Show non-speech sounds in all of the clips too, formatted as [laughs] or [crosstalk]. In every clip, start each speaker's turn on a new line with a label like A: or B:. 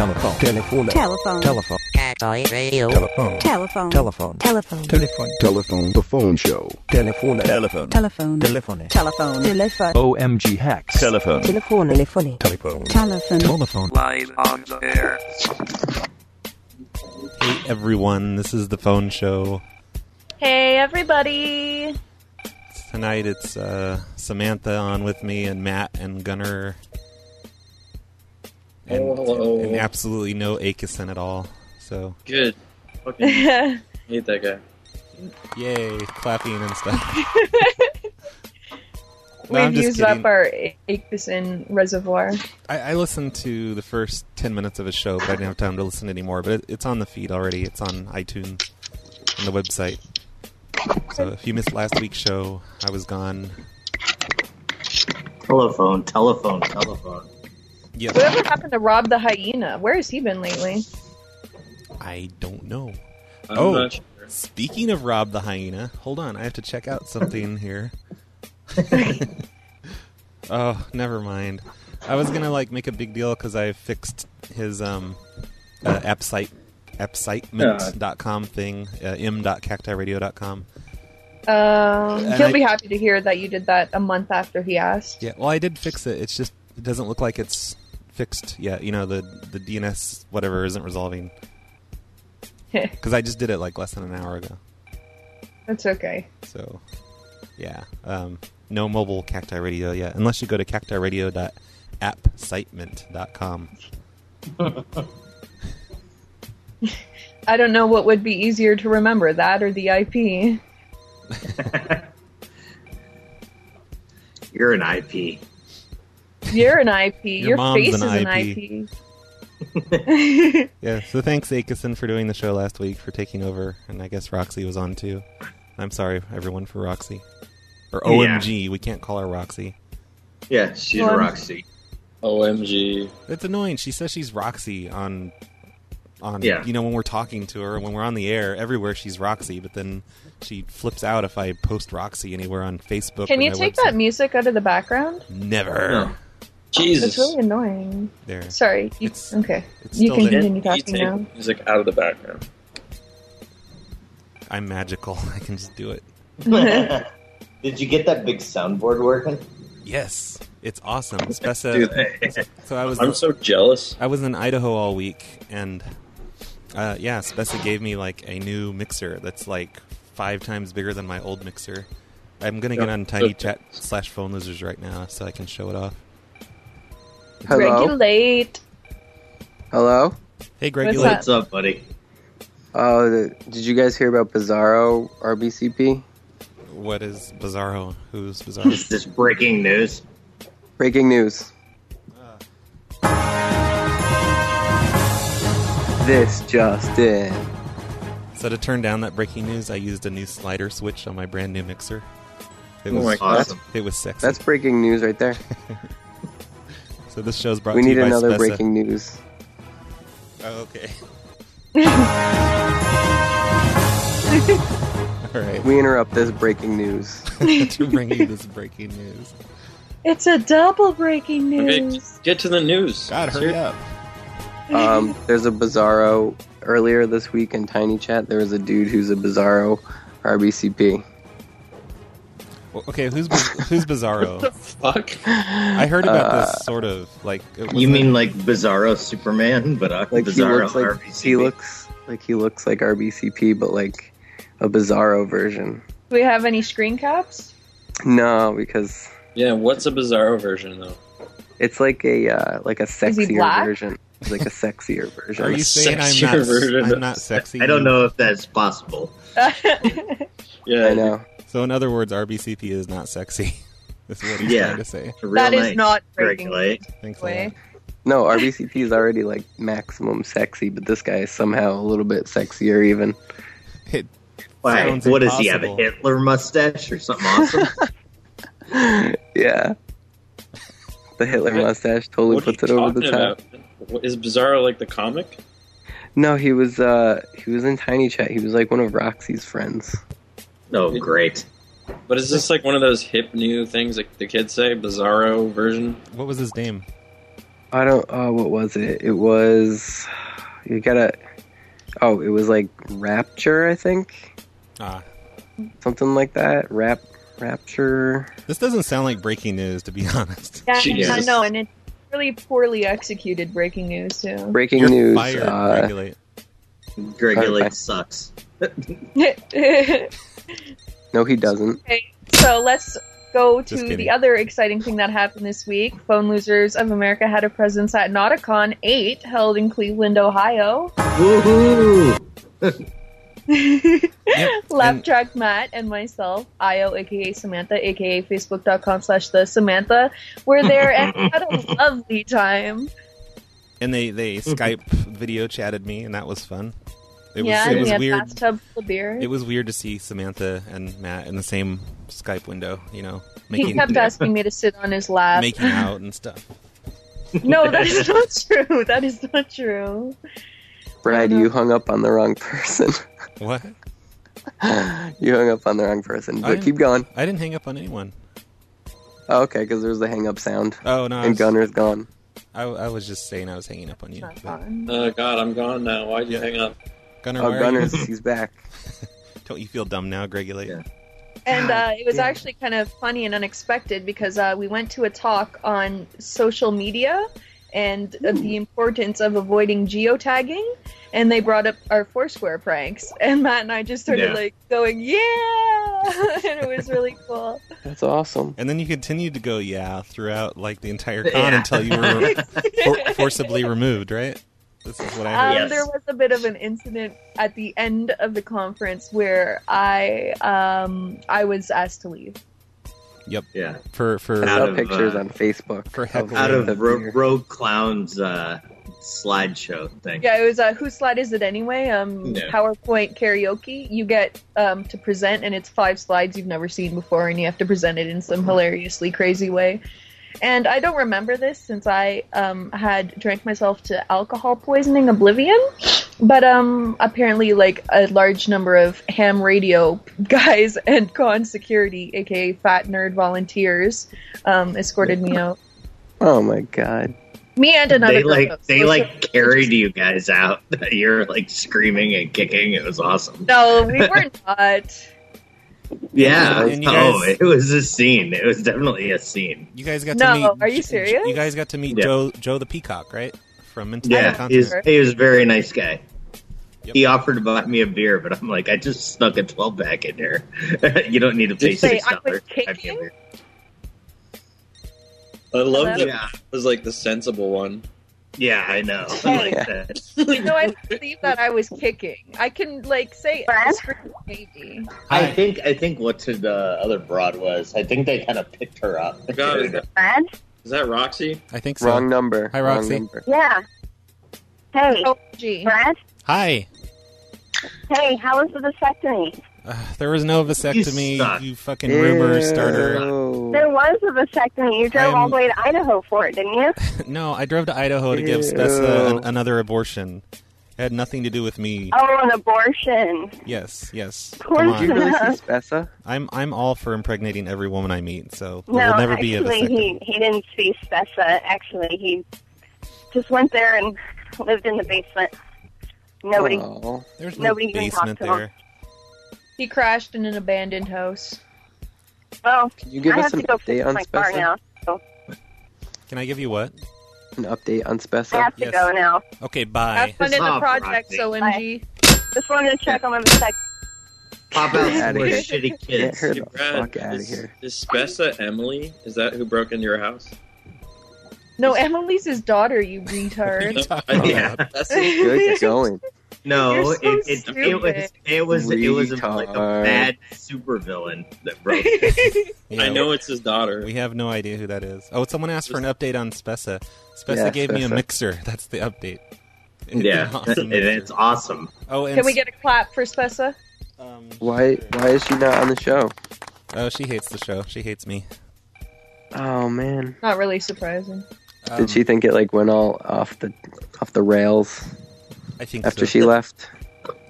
A: Telephone.
B: Telephone.
A: Telephone.
C: Catholic radio.
A: Telephone.
B: Telephone.
A: Telephone.
B: Telephone.
A: Telephone.
D: Telephone. The phone show.
A: Telephone.
E: Telephone.
B: Telephone.
A: Telephone.
B: Telephone. Telephone.
F: OMG hacks.
E: Telephone.
B: Telephone. Telephone.
A: Telephone.
B: Telephone.
A: Telephone.
G: Live on the air.
H: Hey everyone, this is the phone show.
I: Hey, everybody.
H: Tonight it's uh, Samantha on with me and Matt and Gunnar. And,
J: Hello.
I: Oh.
H: and absolutely no Akison at all. So
J: Good. Fucking
I: yeah,
J: hate that guy.
H: yay, clapping
I: [laughs]
H: and stuff.
I: we've
H: I'm just
I: used
H: kidding.
I: up our Aikison reservoir.
H: I, I listened to the first ten minutes of his show, but I didn't have time to listen anymore. But it, it's on the feed already. It's on iTunes on the website. So if you missed last week's show, I was gone.
K: Telephone, telephone, telephone.
H: Yep.
I: Whatever happened to Rob the hyena? Where has he been lately?
H: I don't know.
J: I'm
H: Oh.
J: not sure.
H: Speaking of Rob the hyena, hold on, I have to check out something here. [laughs] oh, never mind. I was gonna like make a big deal because I fixed his um uh, appsite appsitement.com thing, uh, m.cactiradio.com.
I: Um,
H: And
I: he'll
H: I-
I: be happy to hear that you did that a month after he asked. [laughs]
H: Yeah, well, I did fix it. It's just it doesn't look like it's fixed yet. You know, the the DNS whatever isn't resolving because I just did it like less than an hour ago.
I: That's okay.
H: So, yeah, um, no mobile Cacti Radio yet, unless you go to cactiradio.appsitement.com.
I: I don't know what would be easier to remember, that or the IP.
K: You're an IP.
I: You're an IP. Your,
H: mom's
I: face
H: an
I: is an
H: IP.
I: IP.
H: Yeah, so thanks, Akison, for doing the show last week, for taking over, and I guess Roxy was on too. I'm sorry, everyone, for Roxy. Or
K: Yeah.
H: OMG, we can't call her Roxy.
K: Yeah, she's
I: Well,
K: a
I: I'm-
K: Roxy.
J: OMG.
H: That's annoying. She says she's Roxy on, on
K: Yeah.
H: you know, when we're talking to her, when we're on the air, everywhere she's Roxy, but then she flips out if I post Roxy anywhere on Facebook.
I: Can
H: or
I: you
H: my
I: take Oh,
H: website.
I: that music out of the background?
H: Never.
J: No.
I: It's
J: Jesus.
I: really annoying.
H: There.
I: Sorry. You,
H: It's-
I: okay.
H: it's
I: You
H: still
I: can
H: there.
I: continue
J: you
I: talking
J: take
I: now.
J: music out of the background.
H: I'm magical. [laughs] I can just do it.
K: [laughs] Did you get that big soundboard working?
H: Yes, it's awesome. Spessa.
J: Dude, I-
H: So I was
J: I'm so jealous.
H: I was in Idaho all week, and uh, yeah, Spessa gave me like a new mixer that's like five times bigger than my old mixer. I'm gonna get on Tiny Chat slash Phone Losers right now so I can show it off.
L: Hello.
I: Regulate.
L: Hello.
H: Hey,
I: What's
H: Greg, you
I: up?
H: like
K: What's up, buddy?
L: Uh, did you guys hear about Bizarro RBCP?
H: what is Bizarro? Who's
K: Is
H: Bizarro?
K: this breaking news?
L: Breaking news. This just in.
H: so to turn down that breaking news, I used a new slider switch on my brand new mixer. It
J: Oh
H: was
J: my God.
K: Awesome.
H: it was sexy.
L: That's breaking news right there.
H: [laughs] so this show's brought
L: We
H: to
L: need
H: you by
L: another
H: Spessa.
L: breaking news.
H: Oh, okay. [laughs] All right.
L: We interrupt this breaking news.
H: [laughs] to bring you this breaking news.
I: It's a double breaking
J: Okay,
I: news.
J: get- get to the news.
H: God, hurry up.
L: Um, there's a Bizarro earlier this week in Tiny Chat. There was a dude who's a Bizarro RBCP.
H: Well, okay, who's Biz- who's Bizarro?
J: Fuck.
H: I heard about this sort
L: Uh,
H: of like. it
K: you
H: wasn't-
K: mean like Bizarro Superman, but uh,
L: Like he
K: Bizarro
L: looks like
K: RBC?
L: he looks like he looks like RBCP, but like a Bizarro version.
I: Do we have any screen caps?
L: No, because
J: Yeah, what's a bizarro version though?
L: It's like a uh, like a
I: he
L: sexier
I: black?
L: version.
K: [laughs]
L: It's like a sexier version.
H: Are you saying I'm
J: sexier
H: not?
J: version
H: I'm
J: of-
H: not sexy.
K: I don't know if that's possible.
J: Yeah,
L: I know.
H: So in other words, RBCP is not sexy. [laughs] That's what he's
K: Yeah.
H: trying to say.
K: Real
I: That is
K: nice
I: not breaking
K: regulate.
H: Thanks a lot.
I: Wait.
L: No, RBCP is already like maximum sexy, but this guy is somehow a little bit sexier even.
H: It
K: Why?
H: Sounds
K: what does he have? A
H: impossible.
K: Hitler mustache or
H: [laughs]
K: something awesome?
L: [laughs] Yeah. The Hitler
J: What-
L: mustache totally
J: what are you
L: puts it over the
J: talking
L: top.
J: about? What- Is Bizarro like the comic?
L: No, he was uh he was in Tiny Chat. He was like one of Roxy's friends.
K: oh, great.
J: But is this like one of those hip new things like the kids say? Bizarro version?
H: what was his name?
L: I don't uh what was it? It was you gotta. Oh, it was like Rapture, I think,
H: Ah,
L: something like that. Rap, Rapture.
H: this doesn't sound like breaking news, to be [laughs] honest.
I: Yeah,
J: Jesus.
I: I know, and it's really poorly executed breaking news too.
L: Breaking
H: You're
L: news.
H: fired,
L: uh,
H: regulate.
K: Gregulate
L: Okay.
K: sucks.
I: [laughs]
L: no, he doesn't.
I: so let's go
H: Just
I: to
H: kidding.
I: the other exciting thing that happened this week. Phone Losers of America had a presence at Nauticon 8, held in Cleveland, Ohio. [laughs]
K: Woohoo!
I: Laugh
H: and-
I: track Matt and myself, Io, aka Samantha, aka Facebook.com slash the Samantha, were there
H: [laughs]
I: and had a lovely time.
H: And they they Skype video chatted me, and that was fun. It was
I: yeah,
H: it
I: and we
H: was
I: had
H: weird.
I: bathtub full of beer.
H: It was weird to see Samantha and Matt in the same Skype window. You know,
I: he
H: making [laughs]
I: kept asking me to sit on his lap. [laughs]
H: making out and stuff.
I: No, that
L: [laughs]
I: is not [laughs] true. That is not true.
L: Brad, you hung up on the wrong person. [laughs]
H: What?
L: you hung up on the wrong person. But
H: I-
L: keep going.
H: I didn't hang up on anyone.
L: Oh, okay, because there's the hang up sound,
H: Oh no, I
L: and
H: was,
L: Gunner's gone.
H: I, I was just saying I was hanging up on you.
I: Not
H: But-
I: fun.
J: Oh God, I'm gone now. Why'd you
H: Yeah.
J: hang up?
H: Gunnar,
L: Oh,
H: where are [laughs]
L: Gunner's
H: you?
L: he's back.
H: Don't you feel dumb now, Gregulate?
K: Yeah.
I: And uh, it was
L: damn.
I: actually kind of funny and unexpected because uh, we went to a talk on social media and uh,
K: Hmm.
I: the importance of avoiding geotagging, and they brought up our Foursquare pranks, [laughs] and Matt and I just started
K: Yeah.
I: like going, "Yeah!" [laughs] and it was really cool.
L: That's awesome.
H: And then you continued to go yeah throughout like the
L: [laughs]
H: entire con
K: Yeah.
H: until you were for- forcibly removed, right? This is what I
I: Um,
H: heard.
K: Yes.
I: There was a bit of an incident at the end of the conference where I um, I was asked to leave.
K: Yeah.
H: for for
L: I
K: Out
L: saw
K: of,
L: pictures
K: uh,
L: on Facebook.
H: for
L: of
H: heckling.
K: Out
L: the
K: of Ro-
L: beer.
K: Rogue Clown's uh, slideshow thing.
I: Yeah, it was uh, whose slide is it anyway? Um,
K: Yeah.
I: PowerPoint karaoke. You get um, to present, and it's five slides you've never seen before, and you have to present it in
K: Mm-hmm.
I: some hilariously crazy way. And I don't remember this since I um, had drank myself to alcohol poisoning oblivion. But um, apparently, like a large number of ham radio [laughs] guys and con security, aka fat nerd volunteers, um, escorted
K: [laughs]
I: me out.
L: Oh my god.
I: Me and another.
K: They
I: girl,
K: like
I: though,
K: they
I: so-
K: like carried you guys out. [laughs] You're like screaming and kicking. It was awesome.
I: No, we were [laughs] not.
K: Yeah.
H: And you
K: oh,
H: guys-
K: it was a scene. It was definitely a scene.
H: You guys got
I: No,
H: to meet.
I: are you serious?
H: You guys got to meet
K: Yeah.
H: Joe Joe the Peacock, right? From Into the
K: Yeah,
H: Continent.
K: he was,
I: Right.
K: he was a very nice guy.
H: Yep.
K: He offered to buy me a beer, but I'm like, I just snuck a 12 pack in there. [laughs] you don't need to pay
I: Wait, I
K: six
I: was
K: dollars.
I: kicking?
J: I love
I: Hello?
J: that. It
K: Yeah,
J: was like the sensible one.
K: yeah, I know. I like that.
L: [laughs]
I: No, I believe that I was kicking. I can like say maybe.
K: I think I think what the other broad was. I think they kind of picked her up.
J: God, is that,
A: Brad?
J: is that Roxy?
H: I think so.
L: Wrong number.
H: Hi,
L: Wrong
H: Roxy.
L: number.
A: Yeah. Hey,
I: Oh, gee.
A: Brad.
H: Hi.
A: Hey, how was the vasectomy?
H: Uh, there was no vasectomy.
K: You
H: You,
K: suck.
H: fucking rumor
L: Ew.
H: starter.
K: [laughs]
A: There was a vasectomy. You drove
H: I'm-
A: all the way to Idaho for it,
H: [laughs]
A: didn't you?
H: No, I drove to Idaho to give
L: Ew.
H: Spessa an, another abortion. It had nothing to do with me.
A: Oh, an abortion.
H: Yes, yes.
A: course
H: Come
L: Did you
H: on.
L: really see Spessa?
H: I'm I'm all for impregnating every woman I meet, so there
A: no,
H: will never be a
A: actually, he,
H: vasectomy.
A: he didn't see Spessa. Actually, he just went there and lived in the basement. Nobody.
L: Oh.
H: There's no
A: nobody even
H: basement
A: talked to him.
H: there.
I: He crashed in an abandoned house.
A: Well,
L: Can you give
A: I
L: us
A: have
L: an
A: to go
L: update
A: fix
L: on
A: my car
L: Spessa?
A: now.
H: Can I give you what?
L: An update on
A: I
L: Spessa?
A: have
H: yes.
A: to go now.
H: Okay,
I: Have
H: bye.
I: fun in the
K: Stop,
I: project,
K: Roxy.
I: OMG.
A: Just wanted to check on my vasectomy.
K: Pop out
L: Get
K: some more
L: outta
I: here.
K: shitty
L: Get
K: kids.
L: her the
J: Brad,
L: fuck out of
J: is,
L: here.
J: Is Spessa Emily? Is that who broke into your house?
I: No, Emily's his daughter, you
H: What are you
I: retard.
L: [laughs]
H: talking about?
K: Yeah.
J: That's
L: Good going.
K: No,
I: You're so
K: it, it, it was it was it was a, like a
L: Retard.
K: bad supervillain
I: [laughs]
K: that broke.
H: Yeah,
J: I know it's his daughter.
H: We have no idea who that is. Oh, someone asked for an update on Spessa. Spessa
L: Yeah,
H: gave me a
L: Spessa.
H: mixer. [laughs] That's the update. It's
K: yeah,
H: an [laughs] awesome
K: and
H: mixer.
K: it's awesome.
H: oh, and
I: Can we get a clap for Spessa?
H: Um,
L: Why? Why is she not on the show?
H: Oh, she hates the show. She hates me.
L: Oh man.
I: Not really surprising.
H: Um,
L: Did she think it like went all off the off the rails
H: I think
L: after
H: so.
J: [laughs]
L: she left?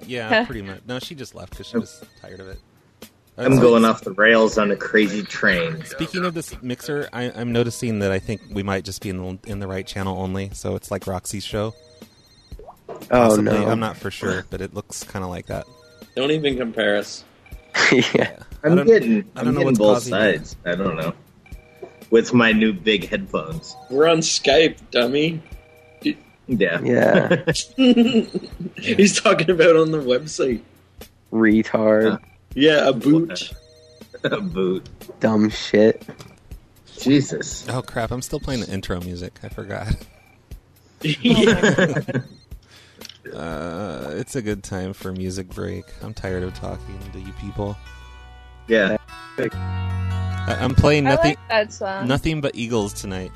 H: Yeah, pretty much. No, she just left because she
L: Oh.
H: was tired of it. Uh,
K: I'm
H: so-
K: going off the rails on a crazy train.
H: Speaking of this mixer, I, I'm noticing that I think we might just be in the in the right channel only. So it's like Roxy's show.
L: Oh
H: Possibly.
L: no!
H: I'm not for sure, but it looks kind of like that.
J: [laughs] Don't even compare us.
L: [laughs] yeah.
H: I
K: I'm
H: don't-
K: getting,
H: I
K: I'm
H: don't know
K: getting
H: what's
K: both
H: causing
K: sides. I don't know. With my new big headphones.
J: We're on Skype, dummy.
K: Yeah.
J: [laughs]
L: Yeah.
J: He's talking about on the website.
L: Retard.
J: Yeah, a
L: [laughs]
J: boot.
K: A boot.
L: Dumb shit.
K: Jesus.
H: Oh crap! I'm still playing the intro music. I forgot. [laughs] Uh, it's a good time for a music break. I'm tired of talking to you people.
K: Yeah.
H: I- I'm playing
I: I
H: nothing,
I: like that song.
H: nothing but Eagles tonight.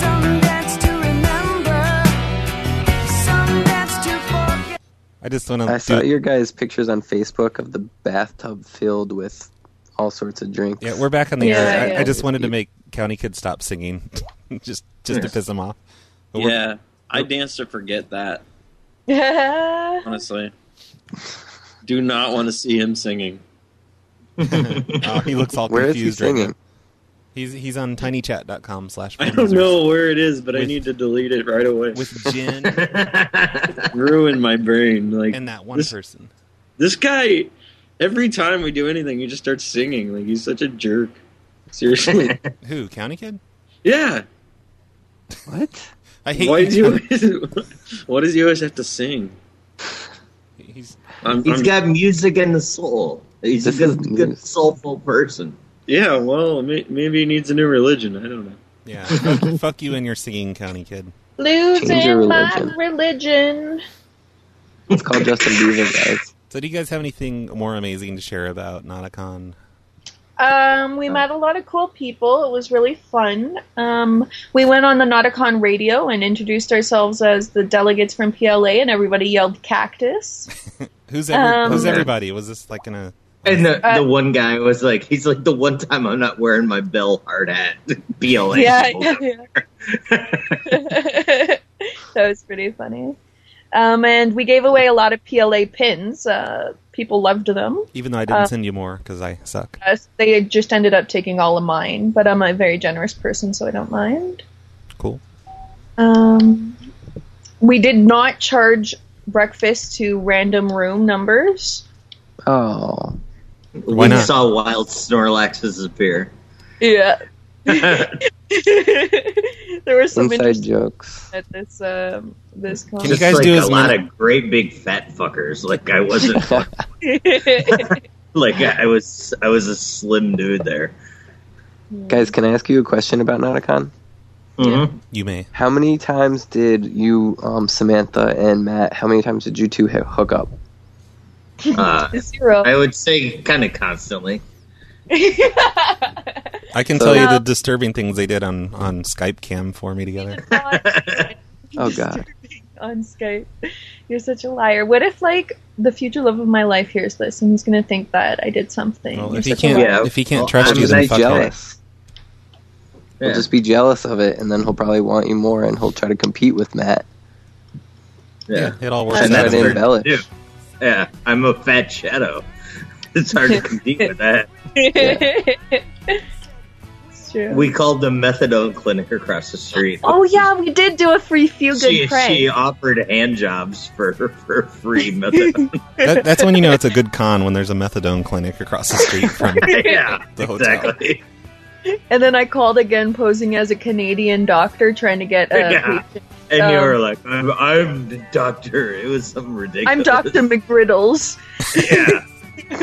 C: Some dance to remember, some dance to forget.
I: [laughs]
H: I just want
L: I
H: to
L: saw
H: do.
L: your guys' pictures on Facebook of the bathtub filled with all sorts of drinks.
H: Yeah, we're back on the
I: Yeah,
H: air. I,
I: yeah.
H: I just wanted to make County Kid stop singing, [laughs] just just to
K: Yes.
H: piss him off. But we're-
J: yeah, I dance to forget that.
C: Ah,
I: Yeah.
J: Honestly, do not want to see him singing.
H: oh, he looks all
L: Where is he
H: confused. right now.
L: singing?
H: he's he's on tinychat.com slash.
J: I don't know where it is, but I
H: With-
J: need to delete it right away.
H: with
J: [laughs]
H: Jin
J: Ruin my brain. Like
H: and that one
J: this,
H: person.
J: this guy. Every time we do anything, he just starts singing. Like he's such a jerk. Seriously.
H: Who County Kid?
J: yeah.
L: What?
H: I hate
J: Why
H: you.
J: do you? [laughs] What does he always have to sing?
H: He's
J: I'm,
K: He's
J: I'm-
K: got music in the soul. He's a
L: This is
K: good, good
L: news.
K: soulful person.
J: yeah. Well, may, maybe he needs a new religion. I don't know.
H: yeah. fuck, fuck you and your singing, County Kid.
L: Change your
I: Losing my
L: religion.
I: religion.
L: It's called Justin Bieber, guys.
H: So, do you guys have anything more amazing to share about Nauticon?
I: Um,
H: Oh.
I: we met a lot of cool people. It was really fun. Um, we went on the Nauticon radio and introduced ourselves as the delegates from PLA, and everybody yelled "cactus."
H: Who's every,
I: Um,
H: who's everybody? Was this like in a
K: And the,
I: Uh,
K: the one guy was like, he's like the one time I'm not wearing my bell hard hat. [laughs] BLA.
I: yeah, yeah, [laughs] yeah. that was pretty funny. Um, and we gave away a lot of PLA pins. Uh, people loved them.
H: Even though I didn't
I: Uh,
H: send you more because I suck.
I: Uh, they just ended up taking all of mine, but I'm a very generous person, so I don't mind.
H: Cool.
I: Um, we did not charge breakfast to random room numbers.
L: Oh,
H: Why
K: We
H: not?
K: saw wild
I: [laughs]
K: Snorlax disappear.
I: Yeah. there was some
L: inside
I: interesting
L: jokes.
I: at this um, this
H: Can you
K: Just
I: concert.
H: guys
K: like
H: do
K: a
H: as
K: lot
H: many-
K: of great big fat fuckers. Like
H: [laughs]
K: I wasn't like I I was I was a slim dude there.
L: Guys, can I ask you a question about Nauticon?
K: Mhm.
H: You may.
L: How many times did you, um, Samantha and Matt? How many times did you two ho- hook up?
K: Uh,
I: Zero.
K: I would say kind of constantly.
H: [laughs] I can
L: So-
H: tell you
I: No.
H: the disturbing things they did on on Skype cam for me
K: [laughs]
H: together.
L: [laughs] Oh, God.
I: [laughs] On Skype, you're such a liar. What if like the future love of my life hears this and he's gonna think that I did something? [laughs]
H: Well,
I: You're
H: if he
I: such a
H: can't
I: liar.
K: Yeah.
H: if he can't
K: Well,
H: trust
K: I'm
H: you, then
L: just
H: fuck him.
L: jealous.
K: Yeah.
L: He'll just be jealous of it, and then he'll probably want you more, and he'll try to compete with Matt.
K: yeah.
H: It all works
K: And
L: And
H: out.
K: that's
L: that's
H: later.
K: hard to
L: embellish.
K: do. Yeah, I'm a fat shadow. [laughs] It's hard to compete with that.
I: It's true.
K: We called the methadone clinic across the street.
I: oh yeah, we did do a free feel
K: she,
I: good
K: she
I: prank.
K: offered hand jobs for [laughs] for free
I: [laughs]
K: methadone.
H: That, that's when you know it's a good con when there's a methadone clinic across the street from
K: [laughs] yeah,
H: The hotel.
K: exactly.
I: And then I called again, posing as a Canadian doctor trying to get a
K: Yeah.
I: patient.
K: And you
I: Um,
K: were like, I'm, I'm the doctor. It was something ridiculous.
I: I'm
K: [laughs]
I: Doctor McGriddles
K: Yeah.
I: [laughs]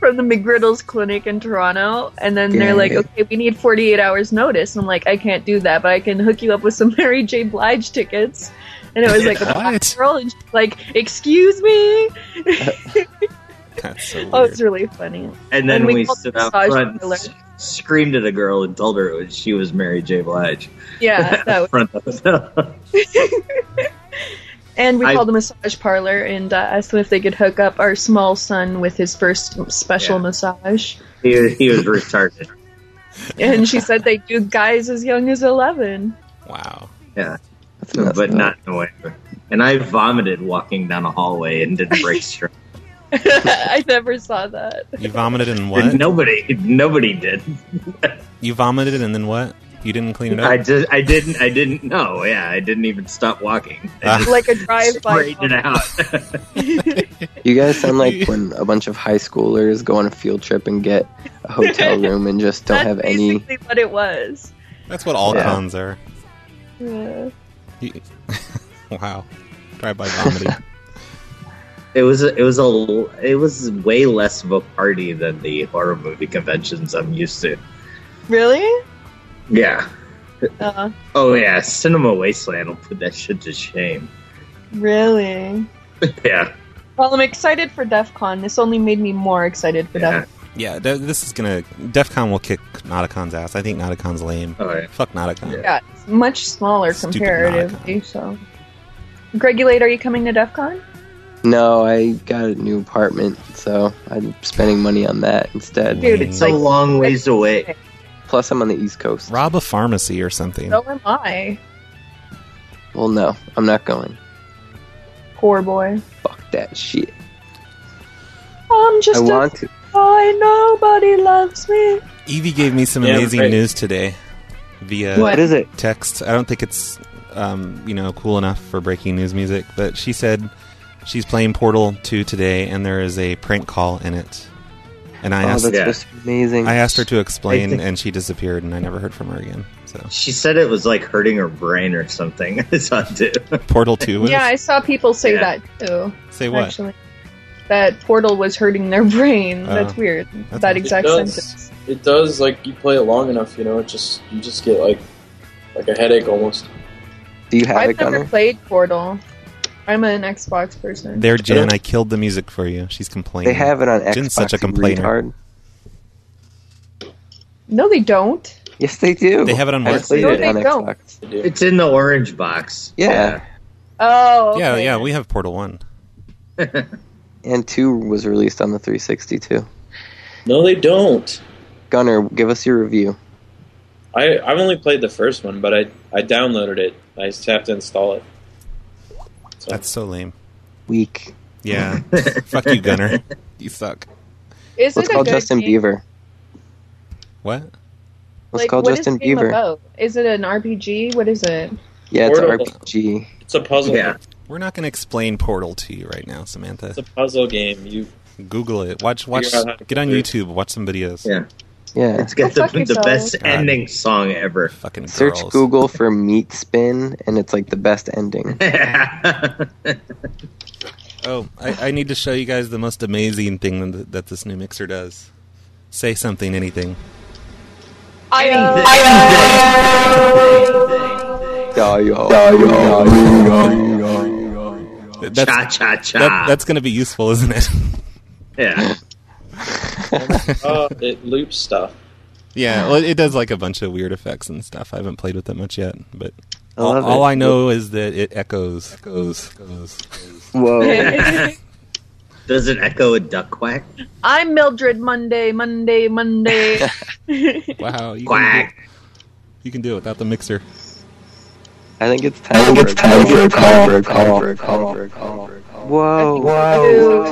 I: from the McGriddles Clinic in Toronto. And then they're
L: Dang
I: like,
L: it.
I: "Okay, we need 48 hours notice." I'm like, "I can't do that, but I can hook you up with some [laughs] Mary J. Blige tickets." And it was like a black
H: What?
I: girl, and she's like, "Excuse me." [laughs]
H: That's so
I: Oh, it's
H: weird.
I: really funny.
K: And then
I: And we
K: we,
I: called
K: stood
I: the
K: out
I: massage
K: front and
I: parlor.
K: s- screamed at a girl and told her it was, she was Mary J. Blige. [laughs]
I: Yeah, that was
K: front of the hotel.
I: And we
K: I-
I: called a massage parlor and uh, asked them if they could hook up our small son with his first special
K: Yeah.
I: massage.
K: [laughs] He, he was retarded.
I: And she said they do guys as young as 11.
H: Wow.
K: Yeah,
L: That's messed
K: but
L: up.
K: not in a way. And I vomited walking down a hallway
H: [laughs]
K: and didn't break stride.
I: [laughs] I never saw that.
H: You vomited and what?
K: Nobody, nobody did.
H: You vomited and then what? You didn't clean it up?
K: I just, I didn't, I didn't know. Yeah, I didn't even stop walking.
H: [laughs]
K: I
H: Ah.
K: just
I: Like a drive by.
K: straightened it out.
H: [laughs]
L: You guys
I: [laughs]
L: sound like when a bunch of high schoolers go on a field trip and get a hotel
I: [laughs]
L: room and just don't
I: That's
L: have any.
I: basically what it was.
H: That's what all
L: Yeah.
H: cons are.
I: Yeah.
H: You- [laughs] wow. Drive by vomiting.
K: It was, it was a, it was way less of a party than the horror movie conventions I'm used to.
I: Really?
K: Yeah.
I: Uh,
K: Oh yeah, Cinema Wasteland will put that shit to shame.
I: [laughs] really?
K: Yeah.
I: Well, I'm excited for DEF CON. This only made me more excited for
K: Yeah.
I: DEF
H: [laughs] yeah, th- this is gonna. DEF CON will kick Nauticon's ass. I think Nauticon's lame.
K: Oh, yeah.
H: Fuck Nauticon.
K: Yeah.
I: Yeah, it's much smaller
H: Stupid
I: comparatively. So, Gregulate, are you coming to DEF CON?
L: No, I got a new apartment, so I'm spending money on that instead.
I: Dude,
K: It's a long ways away.
L: Plus, I'm on the East Coast.
H: Rob a pharmacy or something.
I: So Oh, am I.
L: Well, no, I'm not going.
I: Poor boy.
L: Fuck that shit.
I: I'm
L: I
I: just a
L: want to.
I: boy. Nobody loves me.
H: Evie gave me some
J: Yeah,
H: amazing
J: right.
H: news today via
I: What?
L: What is it?
H: text. I don't think it's um, you know cool enough for breaking news music, but she said she's playing Portal 2 today, and there is a prank call in it. And I
L: oh,
H: asked
L: that's
K: yeah.
L: just amazing.
H: I asked her to explain,
K: I think-
H: and she disappeared, and I never heard from her again. So
K: She said it was like hurting her brain or something. [laughs] It's on too.
H: Portal 2 was
I: Yeah, I saw people say
K: Yeah.
I: that too.
H: say what?
I: Actually, that Portal was hurting their [laughs] brain.
H: Oh.
I: That's weird.
H: That's
I: that
H: nice.
I: exact
J: It does.
I: sentence.
J: It does like you play it long enough, you know. It just you just get like like a headache almost.
L: Do you have
I: I've
L: it, Gunner?
I: never played Portal. I'm an Xbox person.
H: There, Jen, I killed the music for you. She's complaining.
L: They have it on Xbox.
H: Jen's such a
L: you
H: complainer.
L: retard.
I: no, they don't.
L: Yes, they do.
H: They have it on
L: I
H: what?
L: played
K: No,
L: it
I: they
L: on
I: don't.
L: Xbox.
J: You do.
K: It's in the orange box.
L: Yeah.
I: Oh,
H: Yeah,
I: okay.
H: yeah, we have Portal 1.
L: And two was released on the 360 too.
J: [laughs] No, they don't.
L: Gunner, give us your review.
J: I I've only played the first one, but I I downloaded it. I just have to install it. So,
H: That's so lame.
L: Weak.
J: [laughs]
H: Yeah. Fuck you, Gunner. You suck.
I: Is
L: Let's
I: it a
L: call
I: good
L: Justin
I: game?
L: Bieber.
H: What?
L: Let's
I: Like,
L: call
I: what is
L: Justin
I: the game
L: Bieber.
I: about? Is it an RPG? What is it?
L: Yeah, it's an
J: Portal.
L: RPG.
J: it's a puzzle.
K: Yeah.
H: We're not going to explain Portal to you right now, Samantha.
J: It's a puzzle game. You
H: Google it. Watch, watch.
J: out how to
H: Get on
J: do it.
H: YouTube. Watch some videos.
K: Yeah.
L: Yeah.
K: It's got
I: Go
K: the,
I: fuck
K: the
I: yourself.
K: best
H: God.
K: ending song ever.
H: Fucking
L: Search
H: girls.
L: Google
H: [laughs]
L: for meat spin, and it's like the best ending.
H: Oh, I, I need to show you guys the most amazing thing that, that this new mixer does. Say something, anything.
I: I uh,
L: Yeah, yeah.
H: That's,
K: cha cha cha.
H: that- that's going to be useful, isn't it? [laughs]
K: yeah.
J: oh, it loops stuff.
H: yeah, well, it does like a bunch of weird effects and stuff. I haven't played with it much yet, but
L: I
H: all,
L: love
H: all
L: it.
H: I know is that it echoes. Echoes. echoes.
L: Whoa.
K: [laughs] Does it echo a duck quack?
I: I'm Mildred Monday, Monday, Monday. [laughs]
L: [laughs]
H: Wow, you can, do,
K: Quack.
H: you can do it without the mixer.
L: I think it's time for a call. For a call. For a call. For a call. For a call. Whoa.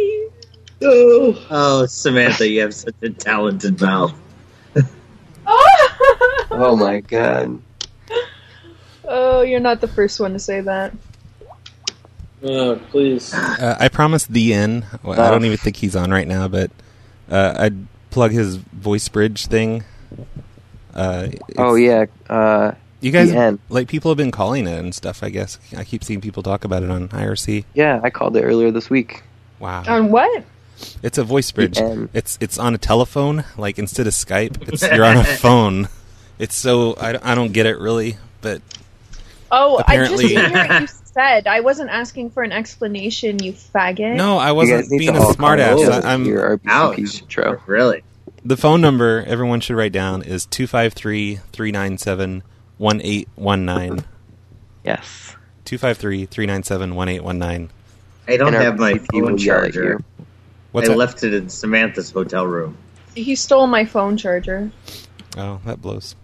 I: [laughs]
J: Oh,
K: Oh, Samantha, you have such a talented mouth.
L: Oh my god.
I: oh, you're not the first one to say that.
J: oh please.
H: Uh, I promised the N. Well, I
L: Oh.
H: don't even think he's on right now, but uh, I'd plug his voice bridge thing. Uh, it's-
L: Oh yeah. Uh,
H: you guys
L: DN.
H: like people have been calling it and stuff. I guess I keep seeing people talk about it on IRC.
L: yeah. I called it earlier this week.
H: Wow,
I: On what?
H: it's a voice bridge.
L: DN.
H: It's it's on a telephone, like instead of Skype, it's you're on a phone. It's so I, don't- I don't get it really, but
I: Oh,
H: Apparently-
I: I just heard
H: [laughs]
I: what you said. I wasn't asking for an explanation, you faggot.
H: no, I
L: You guys
H: wasn't
L: need
H: being
L: to
H: a
L: all call
H: smartass.
L: together
H: I- I'm
L: for Your RPCP
K: Ouch.
L: intro.
K: Really?
H: The phone number everyone should write down is 253 397 1819.
L: Yes.
H: 253 397 1819.
K: I don't
L: And our
K: have my
L: PP
K: phone
L: will yell at
K: charger.
L: you.
H: What's
K: I
H: that?
K: left it in Samantha's hotel room
I: He stole my phone charger.
F: [laughs]
H: Oh, that blows.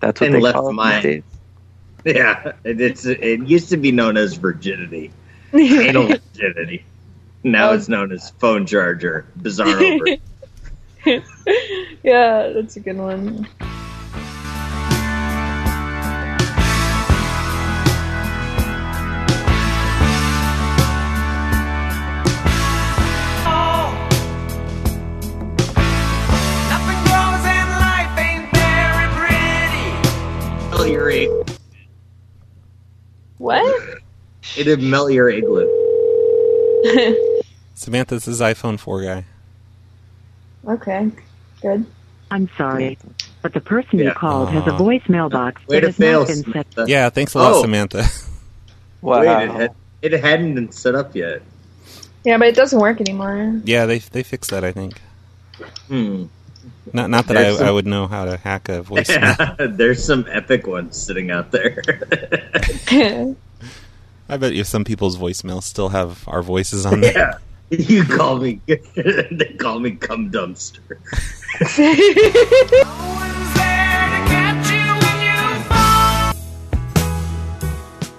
L: That's what
K: And
L: they
K: left
L: call it
K: mine.
L: these days.
K: [laughs] Yeah, it, it's it used to be known as virginity,
L: [laughs]
K: anal virginity. Now
I: Oh.
K: it's known as phone charger. Bizarro.
L: [laughs]
K: vir-
I: yeah, that's a good one.
C: Nothing grows and life ain't very pretty.
K: ameliorate.
I: What?
K: It ameliorate your igloo.
H: Samantha's this is iPhone 4 guy.
I: [laughs] okay, good.
D: I'm sorry, but the person
K: Yeah. Uh,
D: you called has
H: Aw.
D: a voicemail box
K: Way
D: that
K: to
D: has
K: fail,
D: not been set.
K: Samantha.
H: Yeah, thanks a lot,
K: Oh. [laughs]
H: Samantha.
L: Wow.
K: Wait, it, had, it hadn't been set up yet.
I: Yeah, but it doesn't work anymore.
H: yeah, they they fixed that, I think.
K: Hmm.
H: Not not that
K: There's
H: I,
K: some-
H: I would know how to hack a
K: [laughs]
H: voicemail.
K: There's some epic ones sitting out there.
H: [laughs] I bet you some people's voicemails still have our
K: [laughs]
H: voices on there.
K: yeah. You call me. [laughs] they call me cum dumpster.
I: [laughs]
C: No one's there to catch you when you fall.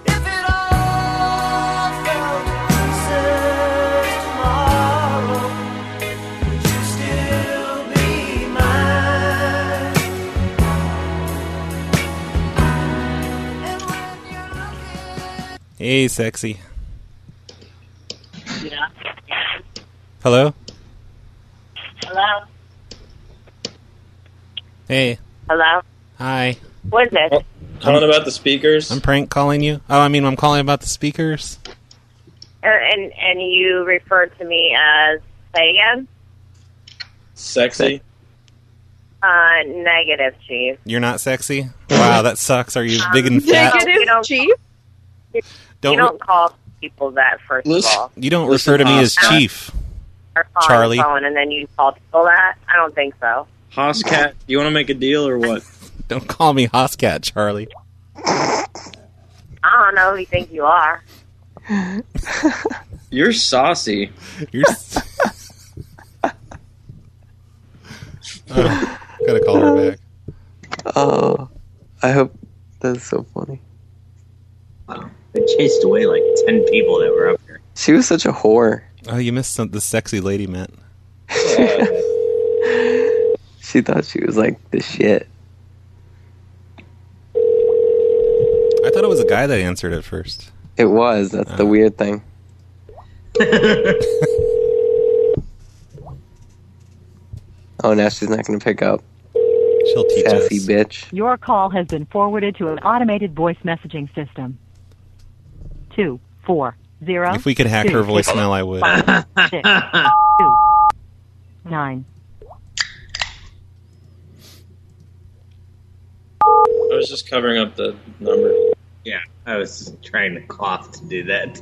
C: If it all collapses tomorrow, would you still be mine? And when you're looking
H: Hey, sexy.
A: Yeah.
H: Hello?
A: Hello?
H: Hey.
A: Hello?
H: Hi.
A: What is this?
J: Calling about the speakers.
H: I'm prank calling you. Oh, I mean, I'm calling about the speakers.
A: Er, and, and you referred to me as, say again?
J: Sexy.
A: Uh, negative, Chief. Um,
H: You're not sexy? Wow, that sucks.
A: [laughs]
H: Are you big and fat?
A: You
I: Negative
A: don't-
I: chief.
A: you
H: Don't
A: don't call people that, first
J: Listen-
A: of all.
H: you don't
J: Listen,
H: refer to me as
J: uh,
H: chief.
A: Or calling
H: Charlie.
A: Phone and then you call people that? I don't think so.
J: Hoscat, you want to make a deal or what?
H: Don't call me Hoscat, Charlie.
A: I don't know who you think you are.
J: You're saucy.
H: You're.
J: [laughs]
H: s- oh, gotta call her back.
L: Oh, I hope that's so funny.
K: Wow. They chased away like ten people that were up here.
L: She was such a whore.
H: Oh, you missed some, the sexy lady meant.
L: [laughs] She thought she was like the shit.
H: I thought it was a guy that answered at first.
L: It was. That's the
H: Uh.
L: weird thing. Oh, now she's not going to pick up.
H: She'll teach
L: Sassy
H: us.
L: bitch.
D: Your call has been forwarded to an automated voice messaging system. Two, four, zero,
H: If we could hack
D: [laughs]
H: her voicemail, I would.
D: six, two, nine.
J: I was just covering up the number.
K: yeah, I was trying to cough to do that.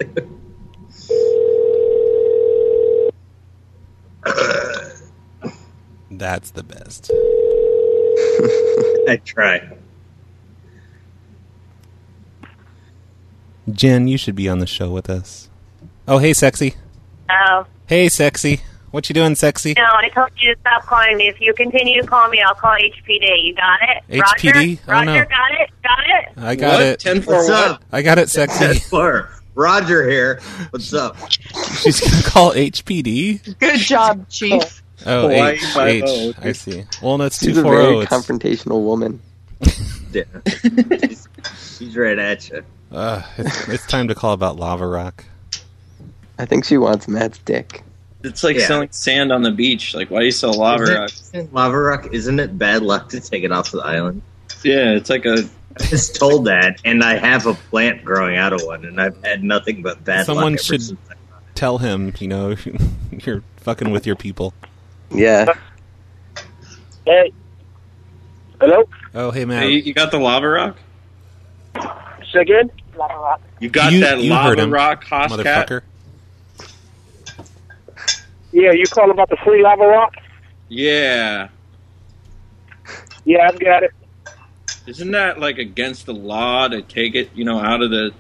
H: That's the
L: [laughs]
H: best.
K: I tried.
H: Jen, you should be on the show with us. Oh, hey, sexy.
A: Oh,
H: Hey, sexy. What you doing, sexy?
A: no, I told you to stop calling me. If you continue to call me, I'll call HPD. You got it?
H: HPD?
A: Roger?
H: Oh,
A: Roger,
H: no.
A: got it? Got it?
H: I got
J: what?
H: it.
J: Ten for
K: What's
J: what?
K: up?
H: I got it, sexy. [laughs]
K: That's for Roger here. What's up?
H: She's gonna call HPD.
I: Good job, chief.
H: Oh,
J: Hawaii
H: H,
J: Five-O.
H: H. I see. Well, no, it's
L: She's
H: two
L: a
H: four
L: very
H: zero.
L: confrontational woman.
K: Yeah. she's, she's right at you.
H: uh, It's it's time to call about lava rock.
L: I think she wants Matt's dick.
J: It's like
K: Yeah.
J: selling sand on the beach. Like, why do you sell lava rock?
K: Lava Rock, isn't it bad luck to take it off the island?
J: Yeah, it's like a.
K: I was told that, and I have a plant growing out of one, and I've had nothing but bad
H: Someone
K: luck. ever
H: should-
K: since I-
H: Tell him, you know, [laughs] you're fucking with your people.
L: Yeah.
E: Hey. Hello?
H: Oh, hey, Matt.
J: Hey, you got the lava rock?
E: Say again?
J: You got
H: You-
J: that
H: you
J: lava
H: heard him,
J: rock Hoscat?
H: Motherfucker.
E: Yeah, you calling about the free lava rock?
J: Yeah.
E: Yeah, I've got it.
J: Isn't that like against the law to take it, you know, out of the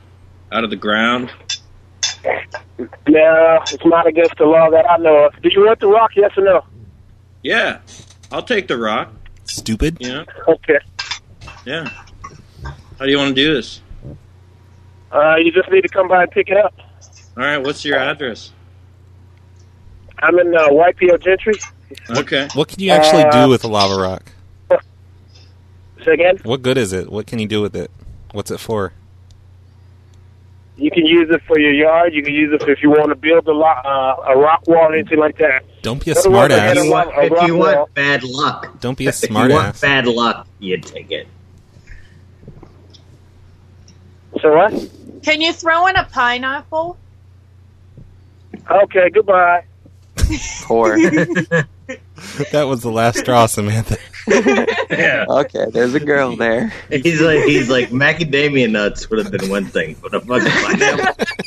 J: out of the ground?
E: No, it's not against the law that I know of. Do you want the rock? Yes or no?
J: Yeah. I'll take the rock,
H: Stupid.
J: you know?
E: Okay.
J: Yeah. How do you want to do this?
E: Uh, you just need to come by and pick it up.
J: All right, what's your address?
E: I'm in uh, YPO Gentry.
J: Okay.
H: What can you actually
E: Uh,
H: do with a lava rock?
E: Say again.
H: What good is it? What can you do with it? What's it for?
E: You can use it for your yard. You can use it for if you want to build a, lo- uh, a rock wall, anything like that.
H: Don't be a
E: Go to work,
H: smartass.
E: I had
K: If you
E: a-
K: want, if you want bad luck,
H: Don't be a
K: if you want
H: smartass.
K: bad luck, you take it.
E: So what?
F: Can you throw in a pineapple?
E: Okay. Goodbye.
K: [laughs]
L: Poor.
H: [laughs] That was the last straw, Samantha.
J: Yeah.
L: [laughs] okay, there's a girl there.
K: He's like, he's like, macadamia nuts would have been one thing, but a fucking